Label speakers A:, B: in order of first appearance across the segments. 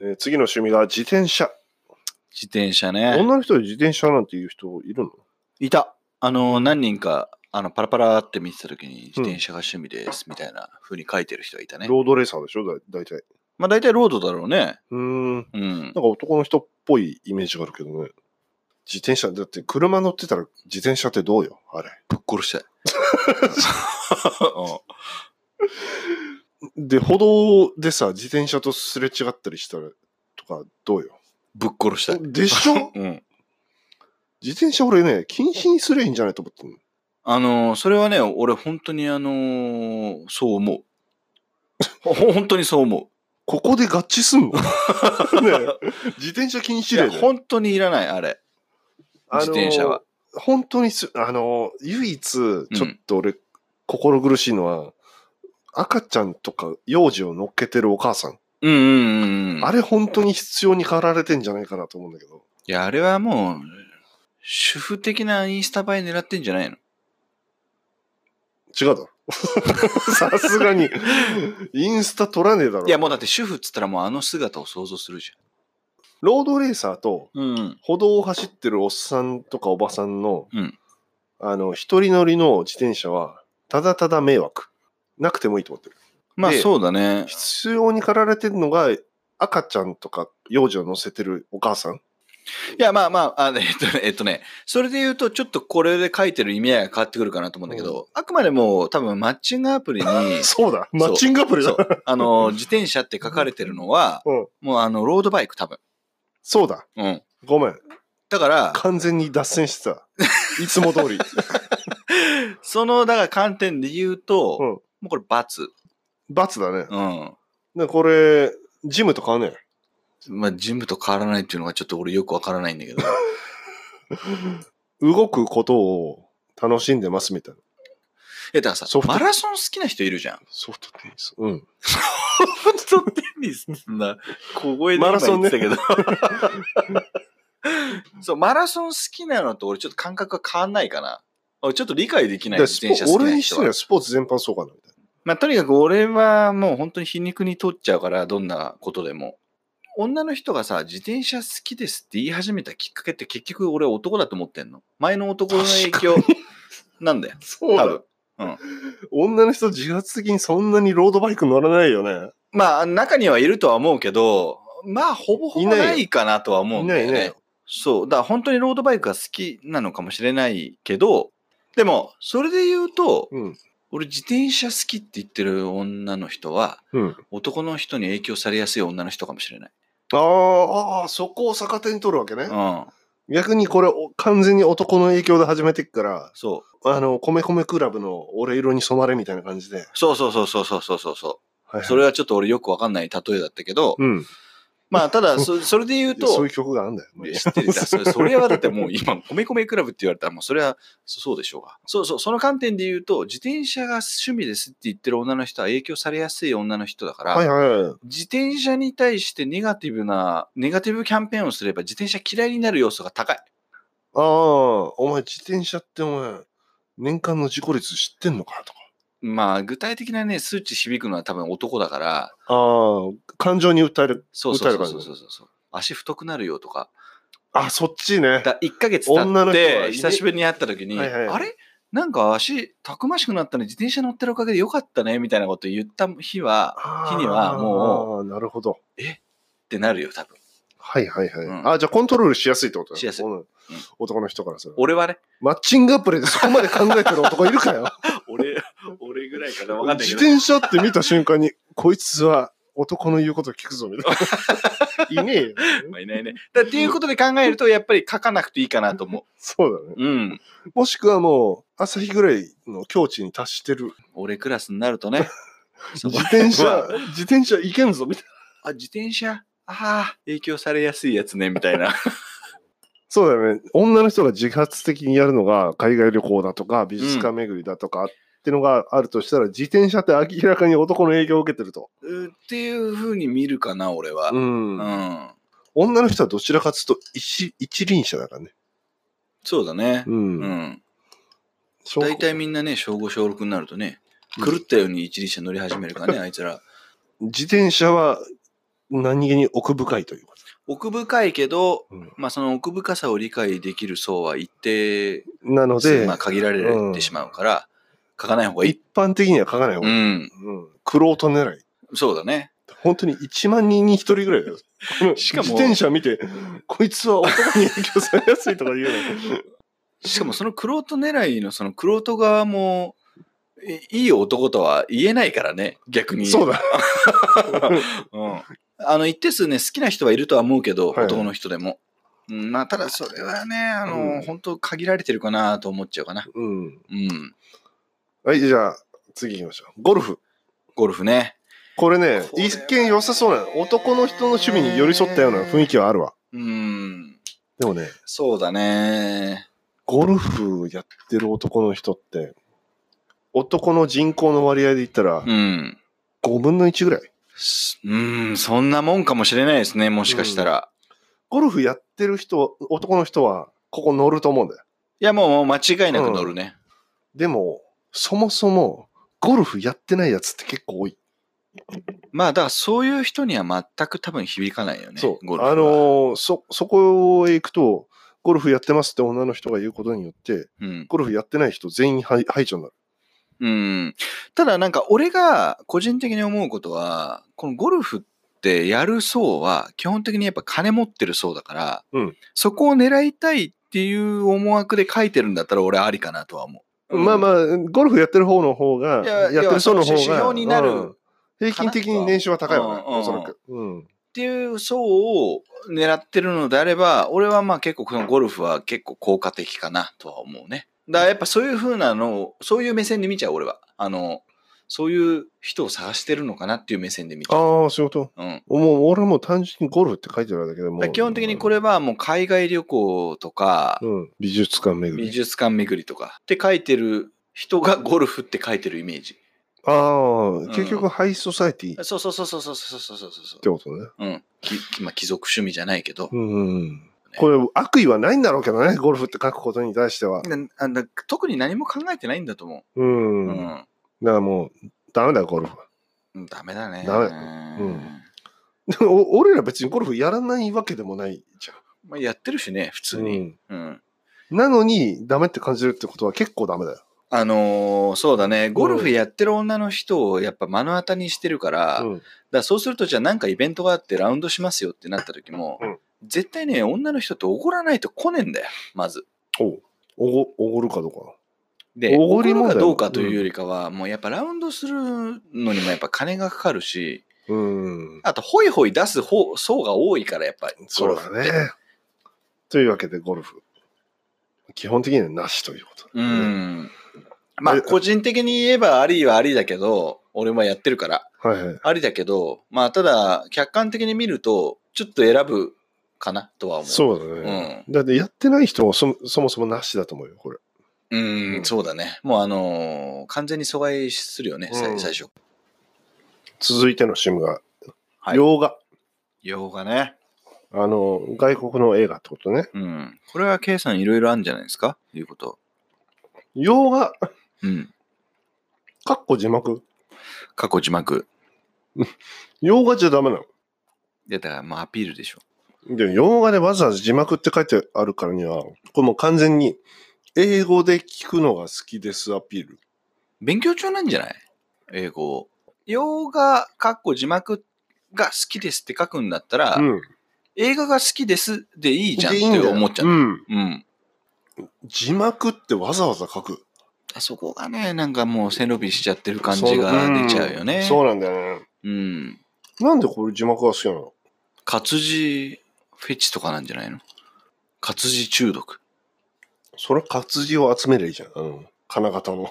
A: えー次の趣味が自転車。
B: 自転車ね。
A: 女の人で自転車なんていう人いるの
B: いた。あの、何人か、あの、パラパラって見てた時に、自転車が趣味です、みたいな風に書いてる人がいたね。
A: ロードレーサーでしょだ大体。
B: まあ、大体ロードだろうね。
A: うーん。なんか
B: うん。
A: 男の人っぽいイメージがあるけどね。自転車、だって車乗ってたら自転車ってどうよあれ。
B: ぶっ殺したい。うん
A: で、歩道でさ、自転車とすれ違ったりしたらとかどうよ
B: ぶっ殺したい。
A: でし ょ
B: うん。
A: 自転車俺ね、禁止にすりゃいいんじゃないと思ってんの。
B: あのーそれはね、俺本当にあのーそう 思う。ほ本当にそう思う。
A: ここで合致す んのねえ自転車禁止令
B: い
A: だよ
B: や本当にいらない、あれ。
A: あのー
B: 自転車は。
A: 本当にす、あの、唯一、ちょっと俺、心苦しいのは、赤ちゃんとか幼児を乗っけてるお母さん。
B: うんうんうんうん。
A: あれ本当に必要に駆られてんじゃないかなと思うんだけど。
B: いや、あれはもう、主婦的なインスタ映え狙ってんじゃないの
A: 違うだろ。 さすがに、インスタ撮らねえだろ。
B: いや、もうだって主婦っつったらもうあの姿を想像するじ
A: ロードレーサーと、
B: ゃん。うん。
A: 歩道を走ってるおっさんとかおばさんの、
B: うん
A: あの、一人乗りの自転車は、ただただ迷惑。なくてもいいと思ってる。
B: まあ
A: で
B: そうだね。
A: 必要に駆られてるのが、赤ちゃんとか幼児を乗せてるお母さん。
B: いや、まあまあ、あえっとね、えっとね、それで言うと、ちょっとこれで書いてる意味合いが変わってくるかなと思うんだけど、あくまでも多分マッチングアプリに、
A: そうだ、 マッチングアプリ
B: そ
A: だ。
B: う、あの、自転車って書かれてるのは、
A: うん
B: もうあの、ロードバイク多分。
A: そうだ、
B: うん。
A: ごめん。
B: だから、
A: 完全に脱線してた。いつも通 り。
B: その、だから観点で言うと、
A: うん
B: もうこれ罰。
A: 罰だね。
B: うん。
A: でこれ、ジムと変わんね
B: まあ、ジムと変わらないっていうのがちょっと俺よくわからないんだ けど。
A: え。動くことを楽しんでますみたいな。
B: え、だからさ
A: ソ、フト
B: マラソン好きな人いるじゃん。
A: ソフトテニス。うん。
B: ソフトテニスってな、小声で今言ってたけど。 そう、マラソン好きなのと俺ちょっと感覚が変わんないかな。俺ちょっと理解できない、
A: で
B: 自
A: ス
B: 転車
A: ポ
B: 好き
A: 俺
B: な
A: にし
B: 人
A: て
B: は
A: は。スポーツ全般そうかなみたい
B: まあ、とにかく俺はもう本当に皮肉に通っちゃうから、どんなことでも。女の人がさ、自転車好きですって言い始めたきっかけって結局俺は男だと思ってんの。前の男の影響なんだよ。
A: な。そう
B: 多分。
A: 女の人自発的にそんなにロードバイク乗らないよね。
B: まあ、中にはいるとは思うけど、まあ、ほぼほ
A: い
B: ぼ
A: ないよ
B: ないかなとは思う
A: い
B: んだ
A: ない
B: よ
A: い
B: ね。
A: ない。
B: そう。だから本当にロードバイクが好きなのかもしれないけど、でも、それで言うと、
A: うん。
B: 俺自転車好きって言ってる女の人は、
A: うん。
B: 男の人に影響されやすい女の人かもしれない。
A: あーあー、そこを逆手に取るわけね。
B: うん。
A: 逆にこれお完全に男の影響で始めてっから、
B: そう。
A: あの、米米クラブの俺色に染まれみたいな感じで。
B: そうそうそうそうそうそうそうそ。
A: はいう
B: それはちょっと俺よくわかんない例えだったけど、
A: うん。
B: まあ、ただそ、それで言う
A: いやそう
B: と
A: いう、曲があるんだよ。
B: いや知ってるだそれそれはだってもう 今、米米クラブって言われたらもうそれはそそうでしょうが。そうそう、その観点で言うと、自転車が趣味ですって言ってる女の人は影響されやすい女の人だから、
A: はいはいはい。
B: 自転車に対してネガティブな、ネガティブキャンペーンをすれば自転車嫌いになる要素が高い。
A: ああ、お前自転車ってお前、年間の事故率知ってんのかとか。
B: まあ、具体的なね、数値響くのは多分男だから、
A: ああ、感情に訴える。
B: そうそ
A: 訴
B: う
A: える
B: そ
A: から
B: う
A: ね
B: そうそうそう足太くなるよとか、
A: あ、そっちね。
B: だ1ヶ月経
A: 女
B: っ
A: の人はい
B: て、
A: ね
B: 久しぶりに会った時に、
A: はいはい
B: あれなんか足たくましくなったね、自転車乗ってるおかげでよかったね、みたいなこと言った日は、
A: あ
B: 日にはも
A: う。なるほど。
B: ってなるよ、多分。
A: はいはいはい。
B: うん
A: あ、じゃあコントロールしやすいってことだ
B: しやすい
A: うん男の人からする。
B: 俺はね、
A: マッチングアプリでそこまで考えてる男いるかよ。
B: 俺、俺ぐらいかな、わかんない
A: 自
B: けど。
A: 転車って見た瞬間に、こいつは男の言うこと聞くぞ、みた いな。いねえよ。
B: まあいないね。だっていうことで考えると、やっぱり書かなくていいかなと思
A: そうだね。
B: う。うん。
A: もしくはもう、朝日ぐらいの境地に達してる。
B: 俺クラスになると ね。そこ
A: 自転
B: ま
A: 車、自転車いけんぞ、みたいな。
B: あ、あ自転車、ああ、影響されやすいやつね、みたいな。
A: そうだよね。女の人が自発的にやるのが、海外旅行だとか、美術館巡りだとか、ってのがあるとしたら、自転車って明らかに男の影響を受けてると。
B: うっていうふうに見るかな、俺は。うん。
A: ん女の人はどちらかというと一、一輪車だからね。
B: そうだね。
A: う。
B: うんん。
A: 小
B: 大体みんなね、小5、小6にな るとね、狂ったように一輪車乗り始めるからね、あいつら。
A: 自転車は何気に奥深いというこ
B: 奥深いけど、
A: うん
B: まあその奥深さを理解できる層は一定
A: と。なので、
B: まあ限られてしまうから、書かない方がいい
A: 一。般的には書かない方
B: う
A: がいい。う
B: ん。
A: ん。クロート狙い。
B: そうだね。
A: 本当に1万人に1人ぐらいだ よ。この
B: しかも
A: 自転車見て、こいつは男に影響されやすいとか言うの。
B: しかもそのクロート狙いのそのクロート側も、いいい男とは言え ないからね、逆に。
A: そうだ。
B: うんあの一定数ね、好きな人はいるとは思うけど、
A: はい
B: 男の人でも。うん、まあ、ただそれはね、あの、
A: うん
B: 本当限られてるかなと思っちゃうかな。
A: うん。
B: うん。
A: はい、じゃあ、次行きましょう。ゴルフ。
B: ゴルフね。
A: これね、
B: これはね
A: 一見良さそうなの。男の人の趣味に寄り添ったような雰囲気はあるわ。
B: うん。
A: でもね、
B: そうだね。
A: ゴルフやってる男の人って、男の人口の割合で言ったら、
B: うん。
A: 5分の1ぐらい。
B: すうん、そんなもんかもしれないですね、もしかしたら。
A: ゴルフやってる人、男の人は、ここ乗ると思うんだよ。
B: いや、もうもう間違いなく乗るね。
A: でも、そもそも、ゴルフやってないやつって結構多い。
B: まあ、だからそういう人には全く多分響かないよね。ゴルフは
A: あのーそ、そこへ行くと、ゴルフやってますって女の人が言うことによって、
B: うん。
A: ゴルフやってない人全員排排除になる。
B: うん。ただなんか俺が個人的に思うことは、このゴルフってやる層は基本的にやっぱ金持ってる層だから、
A: うん
B: そこを狙いたいっていう思惑で書いてるんだったら俺ありかなとは思う。
A: まあま
B: あ、
A: あ、ゴルフやってる方の方が、
B: いや
A: やってる人の方が、
B: いやその指標になる
A: うん平均的に年収は高いわね、
B: うんうん
A: おそらく。うん。
B: っていう層を狙ってるのであれば、俺はまあ結構このゴルフは結構効果的かなとは思うね。だからやっぱそういう風なのを、そういう目線で見ちゃう俺は。あの、そういう人を探してるのかなっていう目線で見ちゃう。
A: ああ、仕事。
B: うん。
A: もう、俺はもう単純にゴルフって書いてあるだけでも
B: だから
A: う。
B: 基本的にこれはもう海外旅行とか、
A: うん、美術館巡
B: 美
A: り。
B: 術館巡りとかって書いてる人がゴルフって書いてるイメージ。
A: ああ、
B: ん
A: 結局ハイソサイティっ
B: そうそうそうそうそうそうそうそうそう
A: て。ことね。
B: うん。ききまあ、貴族趣味じゃないけど。
A: うんうんうん。これ、悪意はないんだろうけどね、ゴルフって書くことに対しては。
B: なあな特に何も考えてないんだと思
A: う
B: う。
A: ん。
B: う
A: だか
B: ん。
A: らもう、ダメだよ、ゴルフは。
B: うん、ダメだね。
A: ダメ
B: うん。
A: でもお俺ら別にゴルフやらないわけでもないじゃん。
B: まあ、やってるしね、普通に。
A: うん
B: うん。
A: なのに、ダメって感じるってことは結構ダメだよ。
B: あのーそうだね、ゴルフやってる女の人をやっぱ目の当たりにしてるから、
A: うん
B: だからそうするとじゃあなんかイベントがあってラウンドしますよってなった時も、
A: うん
B: 絶対ね女の人っておごらないと来ねえんだよまず。
A: おおご、おごるかどうか。
B: で
A: お
B: お
A: ご
B: ご
A: り
B: る
A: 問題
B: かどうかというよりかは、もうやっぱラウンドするのにもやっぱ金がかかるし
A: うん。
B: あとホイホイ出す方層が多いからやっぱり
A: そうだ
B: ゴルフって
A: ね。というわけで、ゴルフ。基本的にはなしということ
B: う
A: だね、
B: ん。ま
A: え
B: あ個人的に言えばありはありだけど俺もやってるから
A: はいはい。
B: ありだけどまあただ客観的に見るとちょっと選ぶかなとは思う。
A: そうだね。だってやってない人もそもそもそもなしだと思うよ、これ。
B: う
A: うん
B: ん、そうだね。もうあのー完全に阻害するよね、さい
A: うん
B: 最初。
A: 続いての趣味が、
B: はい
A: 洋画。
B: 洋画ね。
A: あの、外国の映画ってことね。
B: うん。これは K さんいろいろあるんじゃないですかいうこと。
A: 洋画、
B: うん。
A: かっこ字幕。
B: 過去字幕。
A: 洋画じゃダメなの。
B: いや、だからまあアピールでしょ。
A: でも洋画でわざわざ字幕って書いてあるからには、これもう完全に英語で聞くのが好きですアピール。
B: 勉強中なんじゃない英語。洋画、過去字幕が好きですって書くんだったら、
A: うん。
B: 映画が好きですでいいじゃんっ
A: で
B: て
A: いいんだよ
B: 思っちゃう。
A: うん。
B: うん。
A: 字幕ってわざわざ書く。
B: あそこがね、なんかもう背伸びしちゃってる感じが出ちゃうよね。
A: んそうなんだよね。
B: うん。
A: なんでこれ字幕が好きなの
B: 活字フェチとかなんじゃないの活字中毒。
A: それ活字を集めりゃいいじゃん。うん。金型の。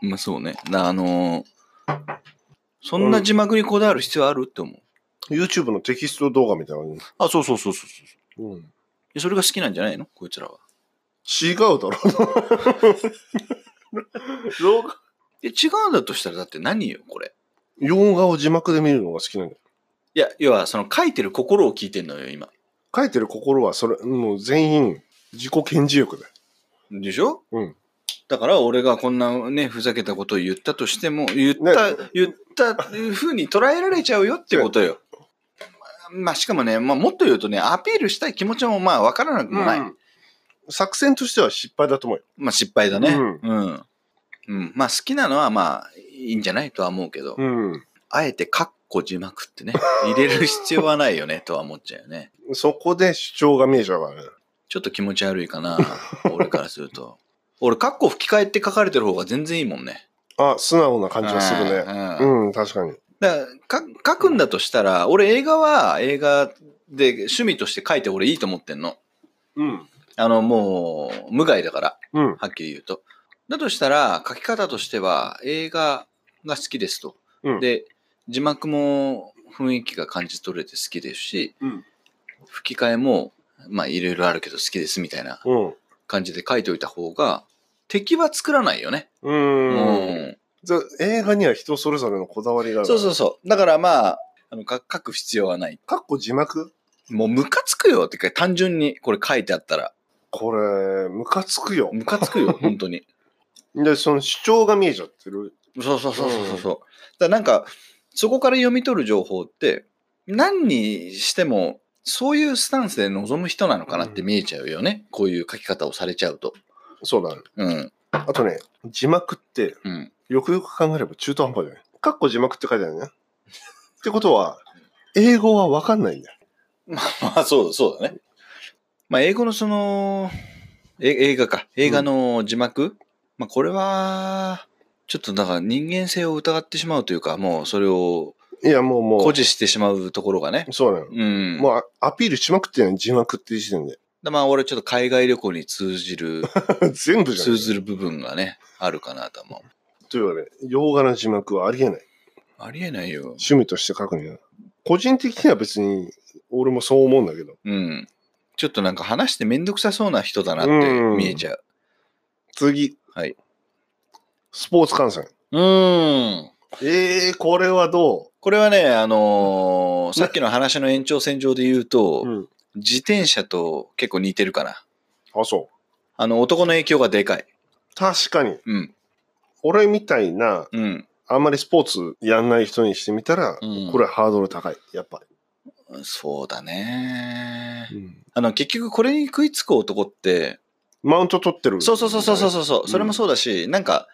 B: まあそうね。なあのーそんな字幕にこだわる必要あるって思う。
A: YouTube のテキスト動画みたいなのに。
B: あ、そうそうそうそうそう
A: うん。
B: え。それが好きなんじゃないのこいつらは。
A: 違うだ ろ。洋画
B: え、違うんだとしたらだって何よ、これ。
A: 洋画を字幕で見るのが好きなんだよ。
B: いや、要はその書いてる心を聞いてんのよ、今。
A: 書いてる心はそれ、もう全員自己顕示欲だよ。
B: でしょ
A: うん。
B: だから俺がこんなね、ふざけたことを言ったとしても、言った、
A: ね
B: 言ったふうに捉えられちゃうよってことよ。まあ、しかもね、まあ、もっと言うとね、アピールしたい気持ちもまあ、わからなくもない。
A: うん作戦としては失敗だと思うよ。
B: まあ、失敗だね。
A: う
B: うんん。うん。まあ、好きなのはまあ、いいんじゃないとは思うけど、
A: う
B: あえて、かっこ字 幕ってね、入れる必要はないよね、とは思っちゃうよね。
A: ん。そこで主張が見えちゃうからね。
B: ちょっと気持ち悪いかな、俺からすると。俺、カッコ吹き替えって書かれてる方が全然いいもんね。
A: あ、素直な感じがするね。
B: ね
A: うん、確かに。
B: だからか書くんだとしたら、俺映画は映画で趣味として書いて俺いいと思ってんの。
A: うん。
B: あの、もう、無害だから、
A: うん。
B: はっきり言うと。だとしたら、書き方としては、映画が好きですと。
A: うん
B: で、字幕も雰囲気が感じ取れて好きですし、
A: うん
B: 吹き替えも、まあ、いろいろあるけど好きですみたいな
A: うん。
B: 感じで書いておいた方が、敵は作らないよね。
A: う
B: う
A: ーん。じゃあ映画には人それぞれのこだわりがある。。
B: そうそううそう。だからまあ、あのか書く必要はない。
A: かっこ字幕
B: もうムカつくよってか、単純にこれ書いてあったら。
A: これ、ムカつくよ。
B: ムカつ くよ、本当に。
A: で、その主張が見えちゃってる。
B: そうそうそうそうそう。うだからなんか、そこから読み取る情報って、何にしても、そういうスタンスで臨む人なのかなって見えちゃうよね。こういう書き方をされちゃうと。
A: そうだね。
B: うん。
A: あとね、字幕って、
B: うん。
A: よくよく考えれば中途半端じゃない。かっこ字幕って書いてあるね。ってことは、英語はわかんないんだよ。
B: まあ、そう、そうだね。まあ、英語のその、え映画か。映画の字幕、まあ、これは、ちょっとだから人間性を疑ってしまうというか、もうそれを
A: いや、もうも
B: 誇
A: う、
B: 示してしまうところがね。
A: そうなの。
B: うん。
A: もうあアピールしまくってんの字幕っていう時点で。
B: だまあ俺ちょっと海外旅行に通 じる、
A: 全部じゃ
B: 通
A: ん。
B: ずる部分がね、あるかなと思う。
A: というわけで、洋画の字幕はありえない。
B: ありえないよ。
A: 趣味として書くには。個人的には別に、俺もそう思うんだけど。
B: うん。ちょっとなんか話してめんどくさそうな人だなって
A: うん
B: 見えちゃう。
A: 次。
B: はい。
A: スポーツ観戦。
B: うん。
A: ええー、これはど
B: これはね、あのーさっきの話の延長線上で言うと、
A: ううん。
B: 自転車と結構似てるかな。
A: あ、そう。
B: あの、男の影響がでかい。
A: 確かに。
B: うん。
A: 俺みたいな、
B: うん。
A: あんまりスポーツやんない人にしてみたら、
B: うん
A: これはハードル高い。やっぱ
B: そうだね。
A: り。
B: あの、結局これに食いつく男って、
A: マウント取ってる。
B: そうそうそうそうそうそう、
A: ん
B: それもそうだし、なんか、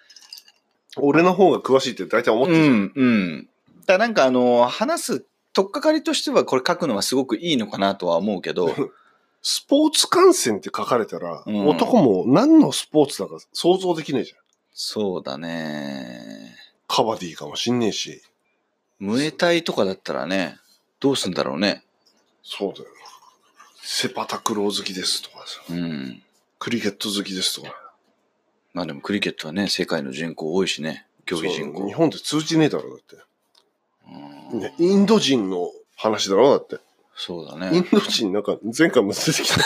A: 俺の方が詳しいって大体思ってるじゃん。
B: うんうん。だからなんかあの、話す、とっかかりとしてはこれ書くのはすごくいいのかなとは思うけ ど、
A: スポーツ観戦って書かれたら、
B: うん
A: 男も何のスポーツだか想像できねえじゃん。
B: そうだね。
A: カバディかもしんねえし。
B: ムエタイとかだったらね、どうすんだろうね。
A: そうだよ。セパタクロー好きですとかさ、
B: うん。
A: クリケット好きですとか。
B: まあでもクリケットはね、世界の人口多いしね、競技人
A: そう
B: 口
A: 日。本で通じねえだろ、だっ
B: うん
A: て、ね。インド人の話だろ、だって。
B: そうだ
A: イ
B: ね
A: ン。ド人なんか前回も出てき た。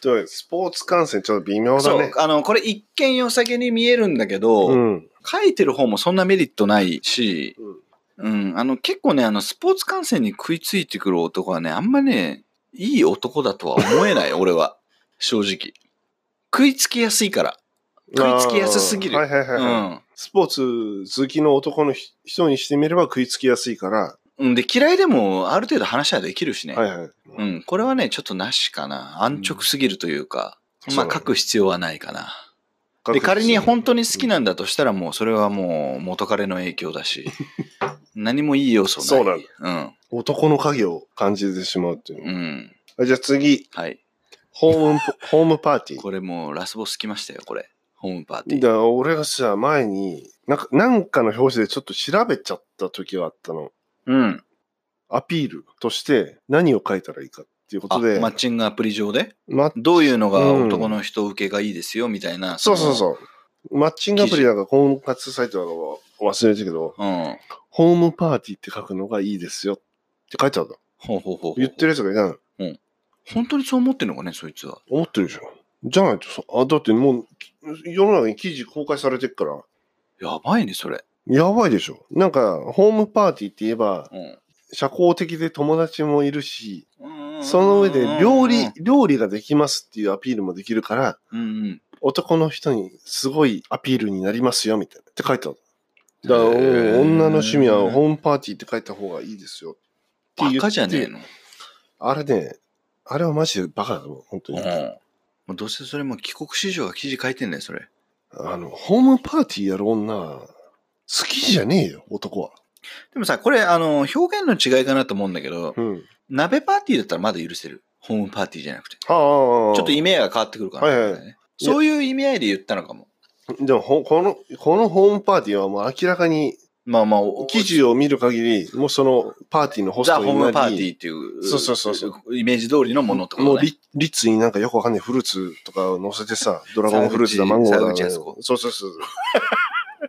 A: というわけでスポーツ観戦ちょっと微妙だ
B: そう
A: ね。、
B: あの、これ一見良さげに見えるんだけど、
A: うん。
B: 書いてる方もそんなメリットないし、
A: うん
B: うん、あの結構ね、あのスポーツ観戦に食いついてくる男はね、あんまね、いい男だとは思えない、 俺は。正直。食いつきやすいから。食いつきやすすぎる
A: あーはいはいは
B: う
A: いはい、
B: ん。
A: スポーツ好きの男のひ人にしてみれば食いつきやすいから、
B: うん、で、嫌いでもある程度話はできるしね。
A: はいはい。
B: うん、これはね、ちょっとなしかな。安直すぎるというか、
A: うんそ
B: ま
A: う
B: あ
A: だね
B: 書く必要はないかな。
A: 各
B: で、
A: 自
B: 仮に本当に好きなんだとしたらもうそれはもう元彼の影響だ し、何もいい要素ない。
A: そうなん
B: うん。
A: 男の影を感じてしまうっていう
B: う
A: ね。
B: ん。
A: あじゃあ次、
B: はい。
A: ホー ムポ、ホームパーティー。
B: これもうラスボス来ましたよ、これ。ホームパーティ
A: だ
B: ー。
A: から俺がさ、前に、なんか、なんかの表紙でちょっと調べちゃった時があったの。
B: うん。
A: アピールとして何を書いたらいいかっていうこ
B: あ、
A: とで、
B: マッチングアプリ上で
A: ま
B: どういうのが
A: うん
B: 男の人受けがいいですよ、みたいな。
A: そうそう
B: う。
A: そう。マッチングアプリなんか婚活サイトだか忘れてたけど、
B: うん。
A: ホームパーティーって書くのがいいですよって書いてあるの。
B: ほうほうほうほう。
A: 言ってるやつがいないの。
B: 本当にそう思ってんのかね、そいつは。
A: 思ってるでしょ。じゃないとさ、あ、だってもう世の中に記事公開されてるから、
B: やばいね、それ。
A: やばいでしょ。なんか、ホームパーティーって言えば、
B: うん
A: 社交的で友達もいるし、
B: うん。
A: その上で料
B: う
A: 理
B: ん、
A: 料理ができますっていうアピールもできるから、
B: うん。
A: 男の人にすごいアピールになりますよみたいなって書いてある。だから
B: へー
A: 女の趣味はホームパーティーって書いた方がいいですよって言
B: バ
A: って。
B: カじゃねえの。
A: あれね、あれはマジでバカだと思う、本当
B: うん
A: に。
B: もうどうせそれも帰国子女が記事書いてんねん、それ。
A: あの、ホームパーティーやる女、好きじゃねえよ、男は。
B: でもさ、これ、あの、表現の違いかなと思うんだけど、
A: うん。
B: 鍋パーティーだったらまだ許せる。ホームパーティーじゃなくて。
A: ああ。ちょ
B: ちょっと意味合いが変わってくるから、
A: はいはい
B: ねそういう意味合いで言ったのかも。
A: でもほ、この、このホームパーティーはもう明らかに、
B: まあまあ、
A: 記事を見る限り、もうそのパーティーのホス
B: ザ・
A: ト
B: ホ
A: にな
B: ー
A: り
B: ムパーティーっていう、
A: そうそうそうそ
B: イメージ通りのものってこ
A: も
B: と
A: う
B: ね。
A: リリッツになんかよくわかんないフルーツとかを乗せてさ、ドラゴンフルーツだ、マンゴーだ、
B: 沢口靖子
A: そうそうそう。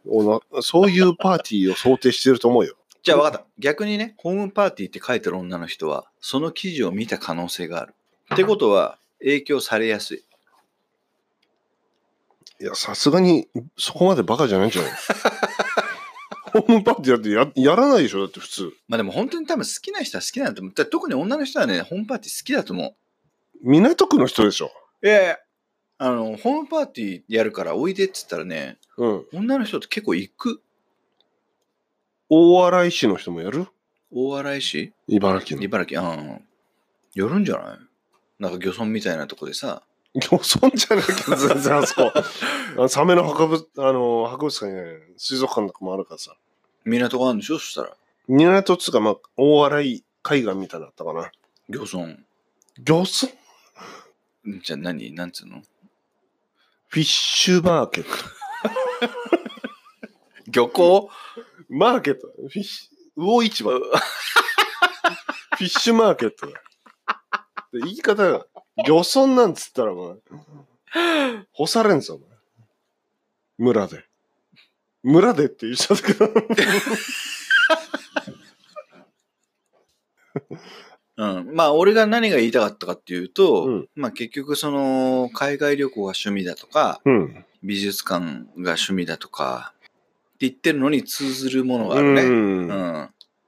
A: おなそういうパーティーを想定してると思うよ。
B: じゃあ分かった。逆にね、ホームパーティーって書いてる女の人は、その記事を見た可能性がある。ってことは、影響されやすい。
A: いや、さすがにそこまでバカじゃないん じゃないホームパーティーだってややらないでしょ、だって普通。
B: まあでも本当に多分好きな人は好きなんだと思う。だから特に女の人はね、ホームパーティー好きだと思
A: 港区の人でしょ。
B: う。いやいやあの、ホームパーティーやるからおいでっつったらね、
A: うん。
B: 女の人って結構行く。
A: 大洗市の人もやる
B: 大洗市
A: 茨城の。
B: 茨城、うん。やるんじゃないなんか漁村みたいなとこでさ、
A: 漁村じゃなきゃ全然あそこ。あのサメの博物、あの、博物館じゃない水族館とかもあるからさ。
B: 港があるんでしょそしたら、
A: 港っつうか、まあ、大洗海岸みたいだったかな。
B: 漁村。
A: 漁村
B: じゃあ何なんつうの
A: フィッシュマーケット。
B: 漁港
A: マーケット。フィッシュ、魚市 場。フィッシュマーケットだよ。で言い方が、漁村なんつったら、お前、干されんぞ、お前。村で。村でって言っちゃったけど。
B: うん、まあ俺が何が言いたかったかっていうと、
A: うん
B: まあ結局その海外旅行が趣味だとか
A: うん。
B: 美術館が趣味だとかって言ってるのに通ずるものがあ
A: う
B: るね。うん。
A: ん。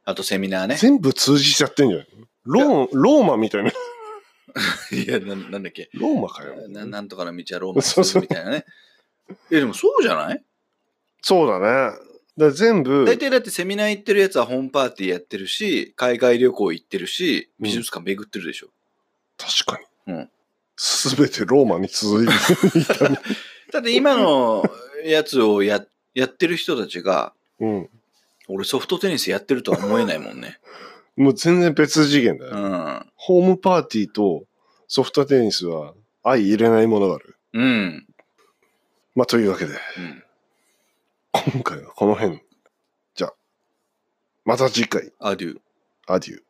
B: あとセミナーね。
A: 全部通じちゃってんじゃん。ローンローマみたいな。
B: いやな、なんだっけ
A: ローマかよ。
B: な。なんとかの道はローマに
A: そう
B: 通
A: そう
B: るみたいなね。いやでもそうじゃない
A: そうだね。だから全部、
B: 大体だってセミナー行ってるやつはホームパーティーやってるし、海外旅行行ってるし、美術館巡ってるでしょ。
A: 確か
B: うん
A: に。すべてローマに続 いていたね。
B: だって今のやつをややってる人たちが、
A: うん。
B: 俺ソフトテニスやってるとは思えないもんね。
A: もう全然別次元だよ。
B: うん。
A: ホームパーティーとソフトテニスは相入れないものがある。
B: うん。
A: まあ、というわけで、
B: うん
A: 今回はこの辺。じゃあ、また次回、
B: アデュー。
A: アデュー。